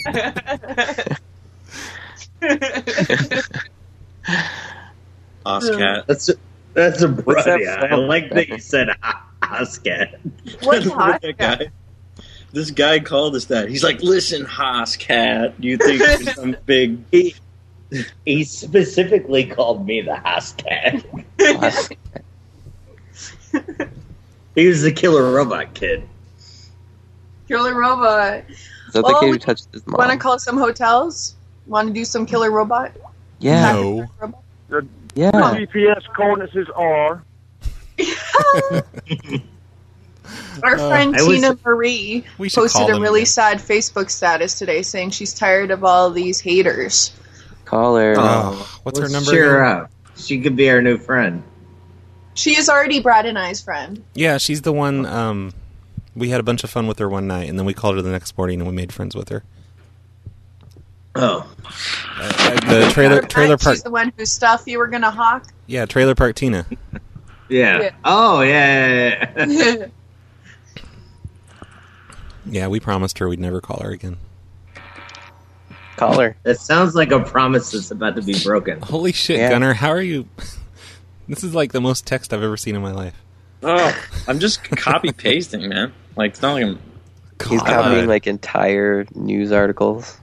K: pineapple.
J: Oscat.
K: That's a, that's a
L: What's
K: brother.
L: that
K: I
L: from?
K: like that you said "Ah, Oscat.
F: What's hot?
J: That guy- This guy called us that. He's like, "Listen, Hoscat,
K: [laughs]
J: you think you're some big
K: He specifically called me the Oscat. [laughs] He was the killer robot kid.
F: Killer robot.
L: So
F: Well,
K: Oh,
L: the kid
F: we
L: who touched his mom.
F: Want to Oh, call some hotels? Want to do some killer robot?
L: yeah,
H: No.
F: Robot?
L: yeah.
E: GPS coordinates are.
F: Our
H: Uh,
F: friend
K: I was-
F: Tina Marie
H: We should
F: posted
H: call
F: a
H: them
F: really
H: again.
F: sad Facebook status today saying she's tired of all these haters.
L: Call her.
H: Oh, what's her
K: Let's
H: number?
K: Cheer her
H: again?
K: up. She could be our new friend.
F: She is already Brad and I's friend.
H: Yeah, she's the one. Um, we had a bunch of fun with her one night, and then we called her the next morning, and we made friends with her.
K: Oh,
H: The trailer trailer park.
F: She's the one whose stuff you were going to
K: [laughs]
F: hawk.
H: Yeah, trailer park Tina.
K: yeah.
F: Yeah.
K: Oh, yeah. yeah,
L: [laughs]
K: yeah.
H: Yeah, we promised her we'd never call her again.
L: Call her.
K: that sounds like a promise that's about to be broken.
H: Holy shit,
L: Yeah.
H: Gunnar! How are you? [laughs] this is like the most text I've ever seen in my life.
J: Oh, I'm just copy pasting, man. Like it's not like I'm
L: He's
H: God.
L: copying like entire news articles.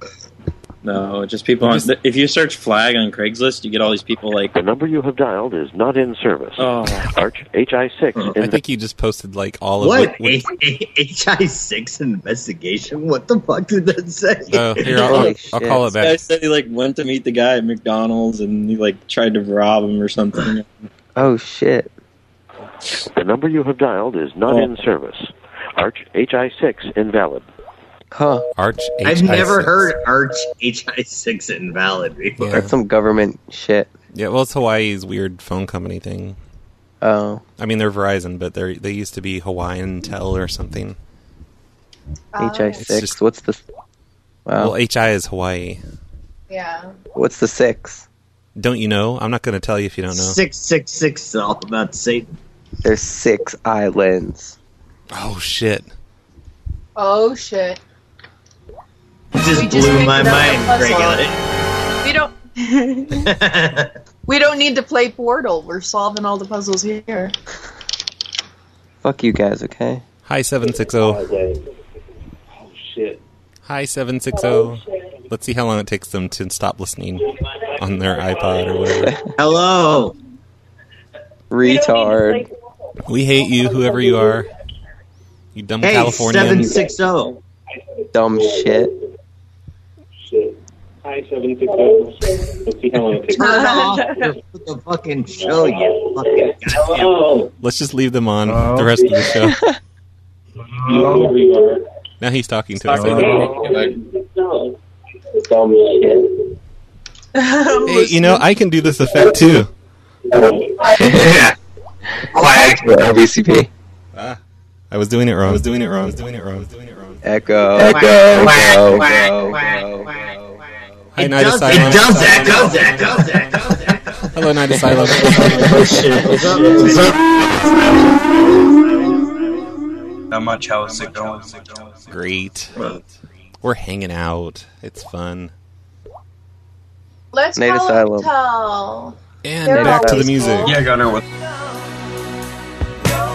J: no, it's just people. On, if you search flag on Craigslist, you get all these people like,
E: The number you have dialed is not in service.
J: oh, Uh-huh.
E: Arch HI six.
H: I think you just posted like all of
K: What?
H: What,
K: H- H- HI6 investigation? What the fuck did that say?
H: uh, here, I'll, I'll,
L: Holy
H: I'll
L: shit.
H: call it
J: this guy
H: back.
J: said he like went to meet the guy at McDonald's and he like tried to rob him or something.
L: Oh shit.
E: The number you have dialed is not
J: Oh.
E: in service. Arch HI six invalid.
L: Huh.
H: Arch.
K: I've never
H: HI6.
K: heard Arch HI6 invalid before.
H: Yeah.
L: That's some government shit.
H: Yeah, well, it's Hawaii's weird phone company thing.
L: Oh,
H: I mean, they're Verizon, but they they used to be Hawaiian Tel or something.
L: HI
H: It's
L: six.
H: just-
L: What's the? Wow.
H: Well, HI is Hawaii.
F: Yeah.
L: What's the six?
H: Don't you know? I'm not going to tell you if you don't know.
K: 666 is all about Satan.
L: There's six islands.
H: Oh shit!
F: Oh, shit.
K: Just
F: We just
K: blew my
F: figured out the
K: mind,
F: We don't.
K: Regulate. [laughs]
F: We don't need to play Portal. We're solving all the puzzles here.
L: Fuck you guys. Okay.
H: Hi seven six zero.
E: Oh shit.
H: Hi seven six zero. Let's see how long it takes them to stop listening on their iPod or whatever.
L: [laughs]
K: Hello.
L: Retard.
H: We hate you, whoever you are. You dumb
K: Hey, oh.
H: Californian.
K: 760.
L: Dumb shit.
E: Hi seven six zero. Let's see how long it takes.
K: Turn off the, the fucking show, you fucking goddamn.
E: Hello.
H: Let's just leave them on the rest of the show.
L: [laughs]
E: Whoever you are.
H: Now he's Oh, talking to us.
E: Dumb shit.
H: Hey, you know I can do this effect too.
K: [laughs]
L: Black. RBCP.
H: Ah, I was doing it wrong. I was doing it wrong. I was doing it wrong. I was doing it wrong.
L: Echo. Echo. Go. Go. Go. Go.
H: Hi,
K: It
H: Night
K: does,
H: Asylum.
K: it does that, does that, does that, does that. does that.
H: Hello, Night Asylum.
K: [laughs]
H: [laughs]
K: Oh, shit. What's up? What's up?
J: How much? How's it going?
H: Great. We're hanging out. It's fun.
F: Let's
L: Night
F: call
L: Asylum.
F: it Hotel.
H: And
F: They're
H: back to the
F: always
H: music.
F: cool.
J: Gunnar. What?
C: Nobody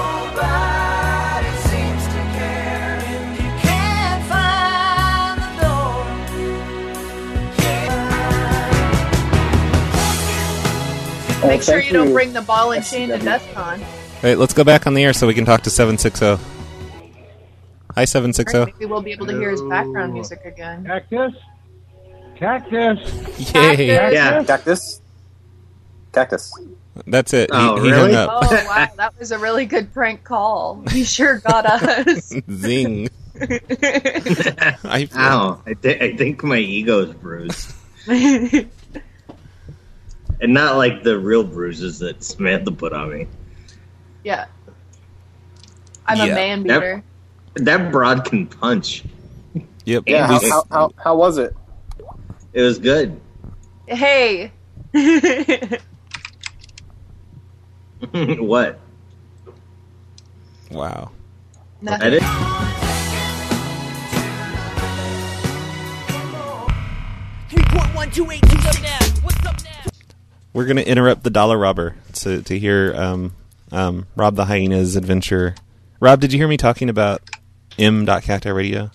I: Make sure
F: Oh, thank
I: you don't
F: you.
I: bring the ball and chain to Deathcon.
H: All right, let's go back on the air so we can talk to 760. Hi, oh. 760.
I: Maybe we'll be able to hear his background music again.
G: Cactus? Cactus?
H: Yay.
G: Yeah.
M: Cactus. Cactus.
H: That's it. He-
M: Oh,
H: he,
M: really?
H: hung up.
I: Oh wow, that was a really good prank
K: [laughs]
I: call. He Oh, sure got us.
H: Zing. I
K: Ow. I, thi- I think my ego's bruised. and not like the real bruises that Samantha put on me.
I: yeah. I'm a man beater.
K: That, that broad can punch.
H: Yep.
M: Yeah, how, how, how, how was it?
K: It was good.
I: Hey. [laughs]
K: [laughs] what?
H: Wow.
I: Nothing.
K: Edit?
H: We're going to interrupt the dollar robber to, to hear um, um, Rob the Hyena's adventure. Rob, did you hear me talking about m.cacti radio?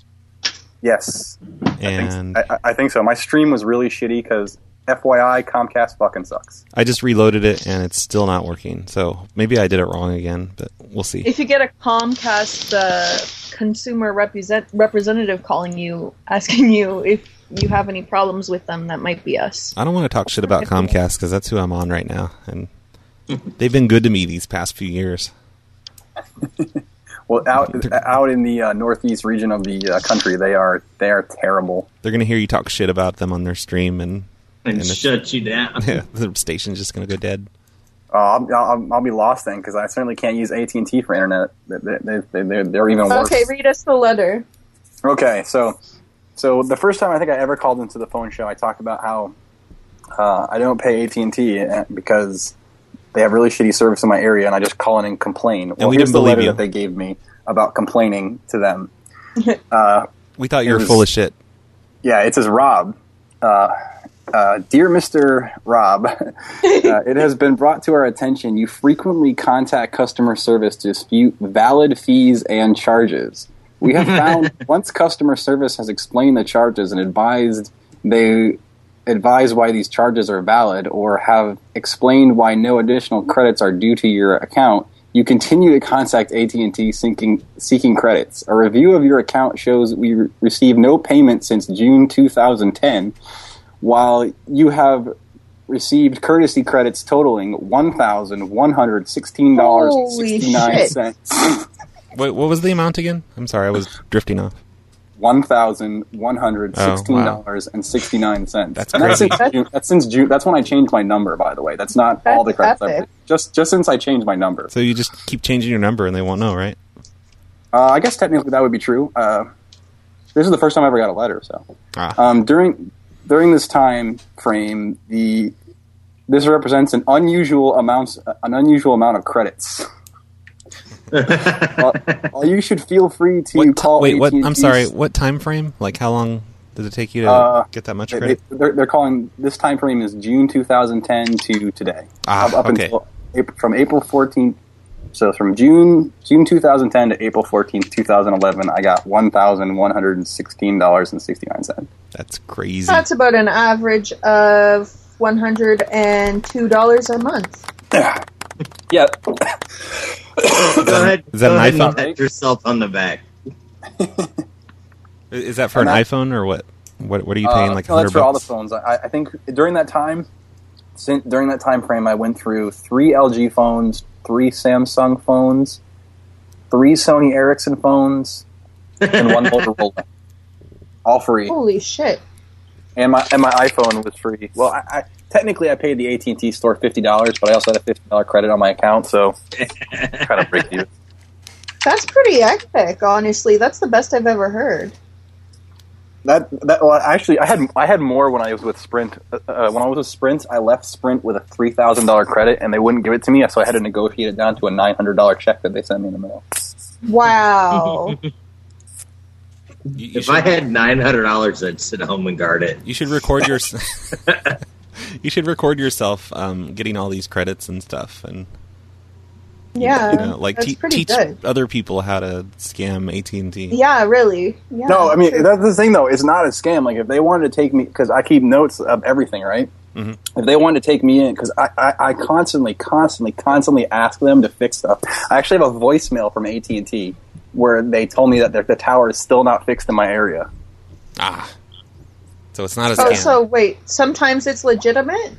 M: Yes.
H: And
M: I, I, I think so. My stream was really shitty because, FYI, Comcast fucking sucks.
H: I just reloaded it and it's still not working. So maybe I did it wrong again, but we'll see.
I: If you get a Comcast uh, consumer represent- representative calling you, asking you if you have any problems with them, that might be us.
H: I don't want to talk shit about Comcast because that's who I'm on right now. And they've been good to me these past few years.
M: Well,
H: [laughs]
M: out out in the uh, northeast region of the uh, country, they are they are terrible.
H: They're going to hear you talk shit about them on their stream and.
K: And
H: it's-
K: shut you down.
H: [laughs] Yeah, the station's just going to go dead.
M: Uh, I'll, I'll, I'll be lost then because I certainly can't use AT and T for internet. They, they, they, are they're even worse.
I: Okay, read us the letter.
M: Okay, so so the first time I think I ever called into the phone show, I talked about how uh, I don't pay AT and T eh, because they have really shitty service in my area, and I just call in and complain. well,
H: we
M: here's
H: didn't
M: the
H: believe
M: letter
H: you.
M: that they gave me about complaining to them. uh,
H: We thought
M: It
H: you were
M: was-
H: full of shit.
M: yeah, it says Rob. Uh, uh, Dear Mr. Rob, [laughs] uh, it has been brought to our attention you frequently contact customer service to dispute valid fees and charges. We have found once customer service has explained the charges and advised they advise why these charges are valid or have explained why no additional credits are due to your account, you continue to contact AT&T seeking, seeking credits. A review of your account shows we re- received no payment since June 2010, while you have received courtesy credits totaling $1,116.69.
H: Wait, what was the amount again? I'm sorry, I was drifting off.
M: One thousand one hundred sixteen dollars and sixty nine cents. That's and that's
H: crazy.
M: since, June, that's since June. That's when I changed my number. By the way, that's not all the credits. I've-
H: epic.
M: Just just since I changed my number.
H: So you just keep changing your number and they won't know, right?
M: Uh, I guess technically that would be true. Uh, this is the first time I ever got a letter. So
H: Ah.
M: [laughs] um, during during this time frame, the this represents an unusual amount an unusual amount of credits. uh, you should feel free to call.
H: Wait, what? I'm
M: AT&T's
H: sorry. What time frame? Like, how long did it take you to
M: Uh,
H: get that much
M: They-
H: credit?
M: They, are they're calling this time frame is June 2010 to today.
H: Ah,
M: up, up
H: okay.
M: until April, from April 14th. So from June June 2010 to April 14th, 2011, I got one thousand one hundred and sixteen dollars and sixty nine cents.
H: That's crazy.
I: That's about an average of one hundred and two dollars a month.
M: Yeah.
K: [coughs] go ahead.
H: Is that an
K: go ahead and
H: iPhone?
K: pat yourself on the back.
H: I- Is that for an
M: I'm not-
H: iPhone or what? What What are you paying? like
M: Uh, no,
H: hundred
M: that's for all the
H: bucks?
M: phones. I, I think during that time, sin- during that time frame, I went through three LG phones, three Samsung phones, three Sony Ericsson phones, and [laughs] one Motorola. All free.
I: Holy shit!
M: and my and my iPhone was free. Well, I, I technically I paid the AT and T store fifty dollars, but I also had a fifty dollar credit on my account, [laughs] so kind of break even.
I: That's pretty epic, honestly. That's the best I've ever heard.
M: That that well, actually, I had I had more when I was with Sprint. Uh, uh, when I was with Sprint, I left Sprint with a three thousand dollar credit, and they wouldn't give it to me, so I had to negotiate it down to a nine hundred dollar check that they sent me in the mail.
I: Wow.
K: if I had nine hundred dollars, I'd sit home and guard it.
H: You should record
K: [laughs]
H: your. [laughs] you should record yourself um, getting all these credits and stuff, and
I: Yeah,
H: you know, like
I: that's
H: te-
I: pretty
H: teach
I: good.
H: other people how to scam AT and T.
I: Yeah, really. Yeah,
M: no, I mean
I: true.
M: that's the thing though. It's not a scam. Like if they wanted to take me, because I keep notes of everything, right? if they wanted to take me in because I, I, I constantly constantly constantly ask them to fix stuff i actually have a voicemail from at&t where they told me that their- the tower is still not fixed in my area
H: ah so it's not a
I: Oh,
H: scam
I: so wait. Sometimes it's legitimate.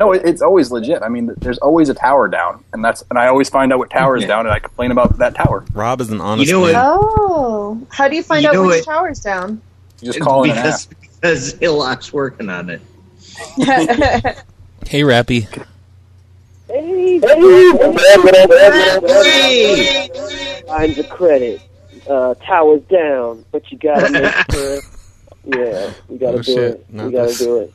M: no it, it's always legit i mean there's always a tower down and that's and i always find out what tower is down and i complain about that tower
H: rob is an honest
I: Oh, how do you find
K: You
I: out
K: know
I: which
K: what?
I: tower's
K: [laughs]
I: down? [laughs]
M: just call in and
K: because, because Hillock's working on it.
H: hey rappy
N: I'm the credit. Uh, towers down, but you gotta make sure. Yeah, you gotta
K: Oh,
N: do
K: shit.
N: it.
K: Not
N: you gotta
K: this.
N: do it.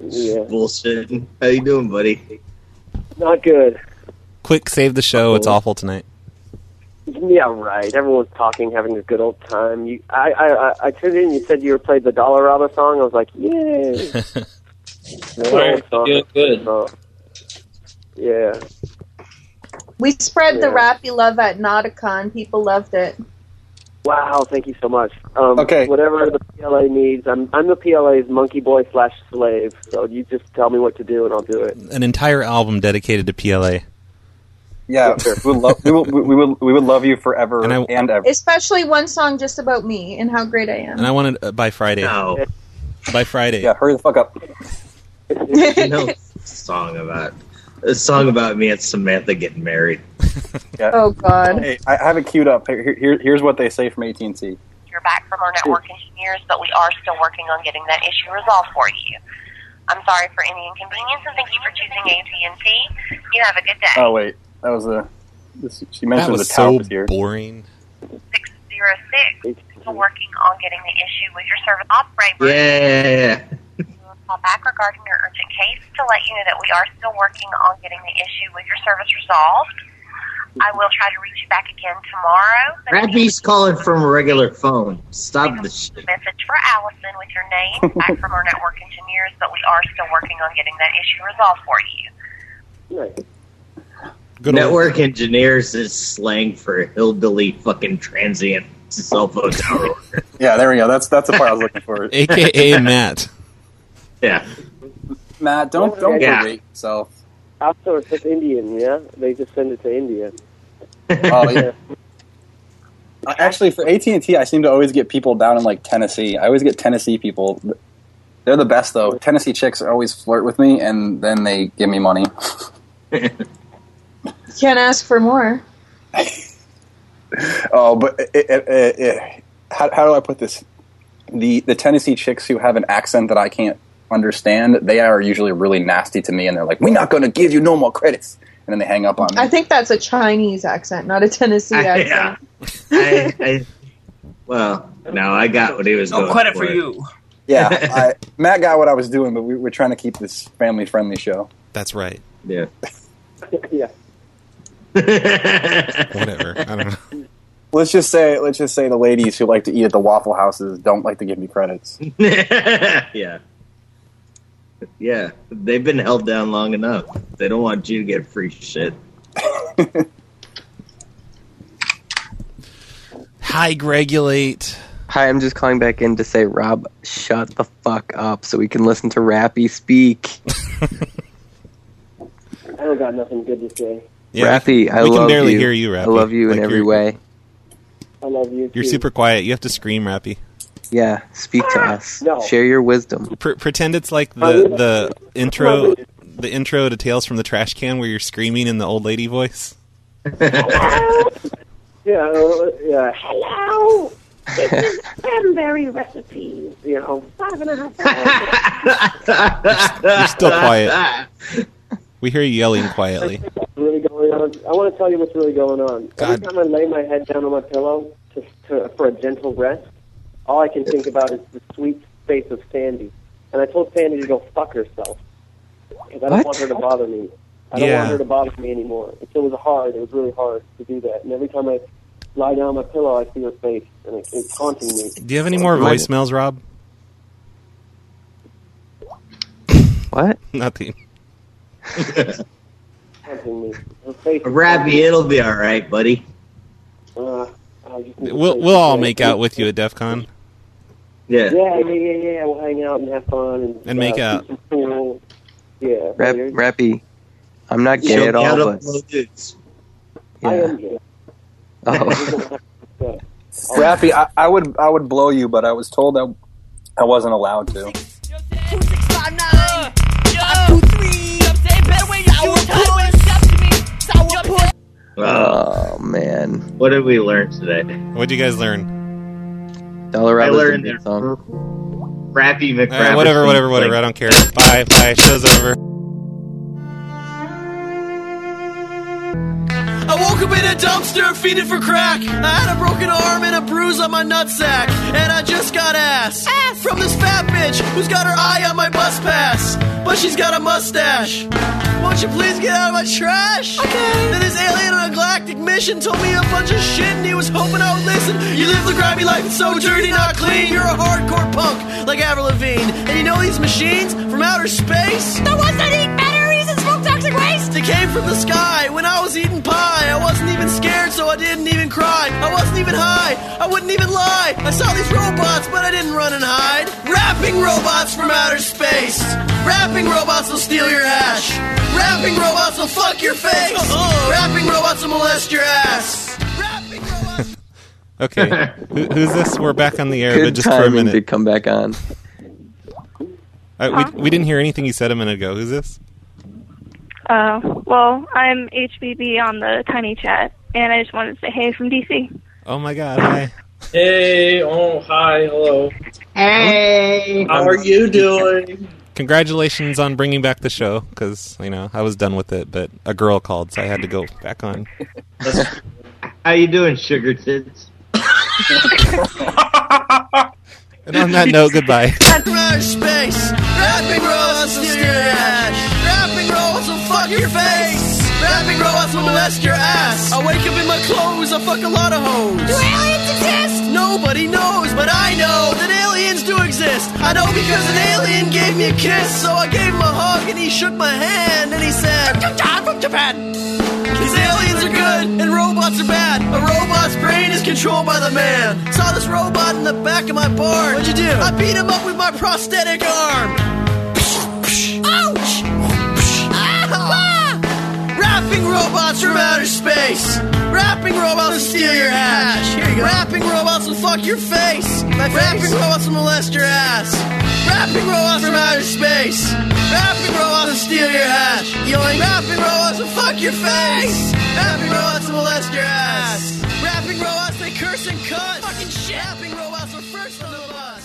N: Yeah.
K: Bullshit. How you doing, buddy?
N: Not good.
H: quick save the show it's awful tonight
N: Yeah, right. Everyone's talking, having a good old time. You, I, I, I, I tuned in. You said you were played the Dollar Rama song. I was like,
H: [laughs]
N: yay! Good old song. Good song. Yeah.
I: We spread the
N: Yeah.
I: rappy love at Nauticon. People loved it.
N: Wow, thank you so much. Um, okay. Whatever the PLA needs, I'm I'm the PLA's monkey boy slash slave. So you just tell me what to do and I'll do it.
H: an entire album dedicated to pla
M: yeah we, would lo- we, will, we, will, we would love you forever and, ever
I: Especially one song just about me and how great I am.
H: and i wanted uh, by friday
K: no.
H: by friday
M: yeah hurry the fuck up
K: [laughs] no song about a song about me and Samantha getting married.
I: Oh God!
M: Hey, I I have it queued up. Here, here, here's what they say from AT&T.
O: You're back from our network engineers, but we are still working on getting that issue resolved for you. I'm sorry for any inconvenience, and thank you for choosing AT&T. You have a good day.
M: Oh wait, that was the. This, she mentioned
H: that was
M: the tower
H: so
M: was here.
H: boring
O: Zero six. Still working on getting the issue with your service operator.
K: Yeah.
O: We'll call back regarding your urgent case to let you know that we are still working on getting the issue with your service resolved. I will try to reach you back again tomorrow. but if you
K: Rappy's calling from a regular phone. Stop the shit.
O: leave a message for Allison with your name back from our network engineers, but we are still working on getting that issue resolved for you.
K: Network engineers is slang for hillbilly fucking transient cell phone tower.
M: [laughs] yeah, there we go. That's that's the part I was looking
H: [laughs]
M: for.
K: [laughs]
M: [laughs]
H: AKA Matt.
K: Yeah.
M: Matt, don't don't
N: Yeah.
M: berate yourself.
N: Outsource it's Indian, yeah. They just send it to India.
M: Oh, yeah. Uh, Actually, for AT and I seem to always get people down in like Tennessee. I always get Tennessee people. They're the best though. Tennessee chicks always flirt with me, and then they give me money.
I: You [laughs] can't ask for more.
M: Oh, but it, it, it, it, how, how do I put this? The the Tennessee chicks who have an accent that I can't understand, they are usually really nasty to me, and they're like, "We're not going to give you no more credits," and then they hang up on me.
I: I think that's a Chinese accent, not a Tennessee accent.
K: [laughs] yeah. [laughs] I, I, well, no, I got what he was going for. [laughs]
M: Yeah, I, Matt got what I was doing, but we, we're trying to keep this family friendly show.
H: that's right
K: yeah
N: yeah.
H: whatever i don't know
M: Let's just say, let's just say the ladies who like to eat at the Waffle Houses don't like to give me credits.
K: yeah. Yeah. They've been held down long enough. They don't want you to get free shit.
H: Hi, Gregulate.
L: Hi, I'm just calling back in to say, Rob, shut the fuck up so we can listen to Rappy speak.
N: I don't got nothing good to say.
L: Rappy, I
H: we
L: love
H: can barely
L: you.
H: hear you, Rappy.
L: I love you
H: Like,
L: in every
H: you're-
L: way.
N: I love you.
H: You're
N: too.
H: super quiet. You have to scream, Rappy.
L: Yeah, speak to
M: Ah,
L: us.
N: No.
L: Share your wisdom.
H: Pre- pretend it's like the the intro, the intro to Tales from the Trash Can, where you're screaming in the old lady voice.
N: Yeah, uh, yeah. Hello. This is cranberry recipe. You know, five and a
C: [laughs]
N: half hours.
H: You're
N: [laughs]
H: still quiet. We hear you yelling quietly.
N: What's really going on? I want to tell you what's really going on. Every time I lay my head down on my pillow to, to, for a gentle rest, all I can think about is the sweet face of Sandy. And I told Sandy to go fuck herself because I don't
L: What?
N: want her to bother me. I don't
L: Yeah.
N: want her to bother me anymore. It was hard. It was really hard to do that. And every time I lie down on my pillow, I see her face, and it, it's haunting me.
H: Do you have any more voicemails, Rob?
L: What?
H: [laughs] Nothing.
N: Haunting me. Her face.
K: Rappy, it'll be all right, buddy.
N: Uh, I just need to
H: We'll
N: say-
H: we'll all make out with you at DEF CON.
K: Yeah.
N: Yeah, yeah, yeah, yeah. We'll hang out and have fun and,
L: And make
N: uh,
L: out.
N: be Cool. Yeah.
L: Rap, rappy. I'm not gay
N: She'll
L: at all,
N: get
L: but
N: up I am gay.
M: [laughs]
L: oh,
M: Rappy, I, I would I would blow you, but I was told that I wasn't allowed to.
C: Five nine. Five two three. Sour puss. Sour puss.
L: oh man.
K: What did we learn today?
H: What did you guys learn?
K: I
L: Dollarado's
K: learned
L: a
K: that
L: good song.
K: Rappy
H: All right, Eh, whatever, whatever, whatever. I don't
K: [laughs]
H: care. Bye, bye. Show's over.
P: I woke up in a dumpster feeding for crack. I had a broken arm and a bruise on my nutsack. And I just got ass. From this fat bitch who's got her eye on my bus pass. But she's got a mustache. Won't you please get out of my trash? Okay. Then this alien on a galactic mission told me a bunch of shit and he was hoping I would listen. You live the grimy life, it's so dirty, not clean. Oh, You're a hardcore punk like Avril Lavigne. And you know these machines from outer space? The ones that eat batteries and smoke toxic waste? They came from the sky when I was eating pie. I wasn't even scared, so I didn't even cry. I wasn't even high, I wouldn't even lie. I saw these robots, but I didn't run and hide. Rapping robots from outer space. Rapping robots will steal your ash. Rapping robots will fuck your face. Rapping robots will molest your ass.
K: [laughs]
H: Okay. Who, who's this? We're back on the air,
L: Good
H: but just for a
L: timing
H: minute.
L: to come back on.
H: Uh, we, we didn't hear anything you said a minute ago. Who's this?
Q: Uh, well, I'm HBB on the Tiny Chat, and I just wanted to say hey from DC.
H: Oh my god. Hi.
J: Hey, oh, hi, hello.
Q: Hey.
J: How are you doing?
H: Congratulations on bringing back the show because you know I was done with it, but a girl called, so I had to go back on.
K: How you doing, sugar tits?
H: [laughs] And on that note,
P: [laughs]
H: goodbye.
P: From outer space. Rapping robots will steal your ass. Rapping robots will fuck your face. Rapping robots will molest your ass. I wake up in my clothes, I fuck a lot of hoes. Do aliens exist? Nobody knows, but I know that aliens do exist. I know because an alien gave me a kiss, so I gave him a hug and he shook my hand and he said, I'm from Japan. These aliens are good and robots are bad. A robot's brain is controlled by the man. Saw this robot in the back of my barn. What'd you do? I beat him up with my prosthetic arm. Ouch! Ah! [laughs] Rapping robots from outer space. Rapping robots will steal your ash. Here you go. Rapping robots will fuck your face. Rapping robots will molest your ass. Rapping robots from outer space. Rapping robots will steal your ash. Yoink. Rapping robots will fuck your face. Rapping robots will molest your ass. Rapping robots, they curse and cut. Fucking shit. Rapping robots are first on the bus.